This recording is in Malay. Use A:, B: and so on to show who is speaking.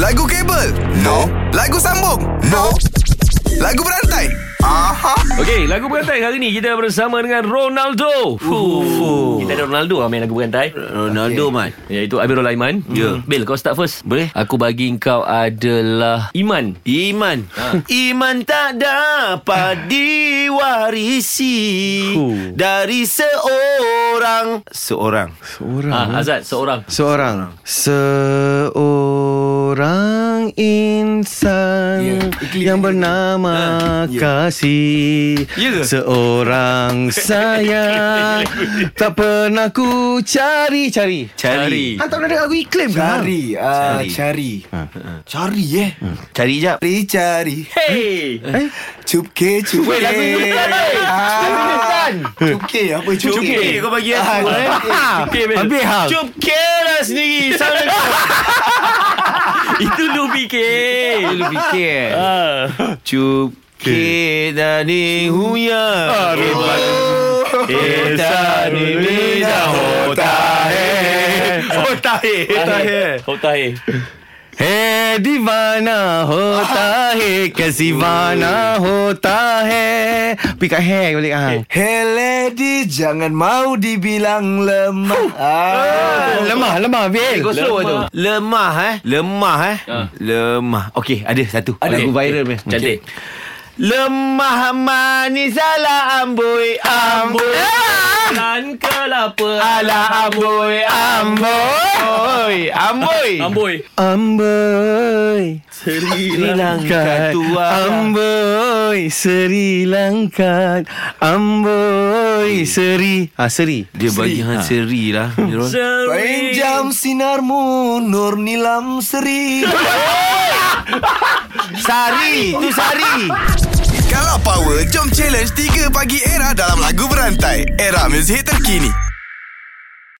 A: Lagu kabel? No. Lagu sambung? No. Lagu berantai? Aha.
B: Okey, lagu berantai hari ni kita bersama dengan Ronaldo. Fuh. Kita ada Ronaldo lah main lagu berantai.
C: Ronaldo okay. Mat
B: Iaitu Abirul Aiman. Ya. Yeah. Bil, kau start first. Boleh? Aku bagi kau adalah Iman.
C: Iman ha. Iman tak dapat diwarisi
B: Huh.
C: Dari seorang Seorang
D: Seorang
B: Ah, Azad, seorang.
D: Seorang Seorang insan Yang bernama kasih
C: Ha. Ya ke?
D: Seorang sayang Tak pernah ku cari-cari
C: Cari
D: Hantar pernah dengar lagu iklim ke?
E: Cari ah, Cari Cari eh
C: Cari jap
E: Cari cari
B: Hey!
E: Cupke cupke
B: Weh, lagu ni bukan, weh.
E: Ah. Cupke apa cupke
C: Cupke kau bagi
E: Ah,
C: aku eh
B: Okey, Bil.
D: Habis hal
C: Cup kira sendiri Sama
B: Itu lu fikir.
C: Lu fikir
B: Ah.
C: Cup Kita ni huya Oh. Kita ni huya Hota he Hota he Hota he
B: Hotai.
D: हे दीवाना होता है कसीवाना होता है पिका है boleh ah
E: Hey lady Jangan mau dibilang lemah ah.
D: lemah lemah bil
C: Kau slow tu Lemah eh Lemah eh
B: Ah.
C: Lemah Okey ada satu
B: Okey.
C: Lagu viral punya
B: Cantik.
C: Lemah manis ala amboi Amboi
D: Ah.
B: Dan kelapa.
C: Ala amboi Amboi Amboi
B: Amboi.
D: amboi
C: Sri Lanka tua
D: amboi Sri Lanka amboi Sri ah Sri
C: Dia bagi hang seri lah Mirul.
B: Sering.
E: Pinjam sinarmu Nur nilam seri
C: Sari Tu sari
A: Kalau power, jom challenge 3 pagi era dalam lagu berantai. Era muzik terkini.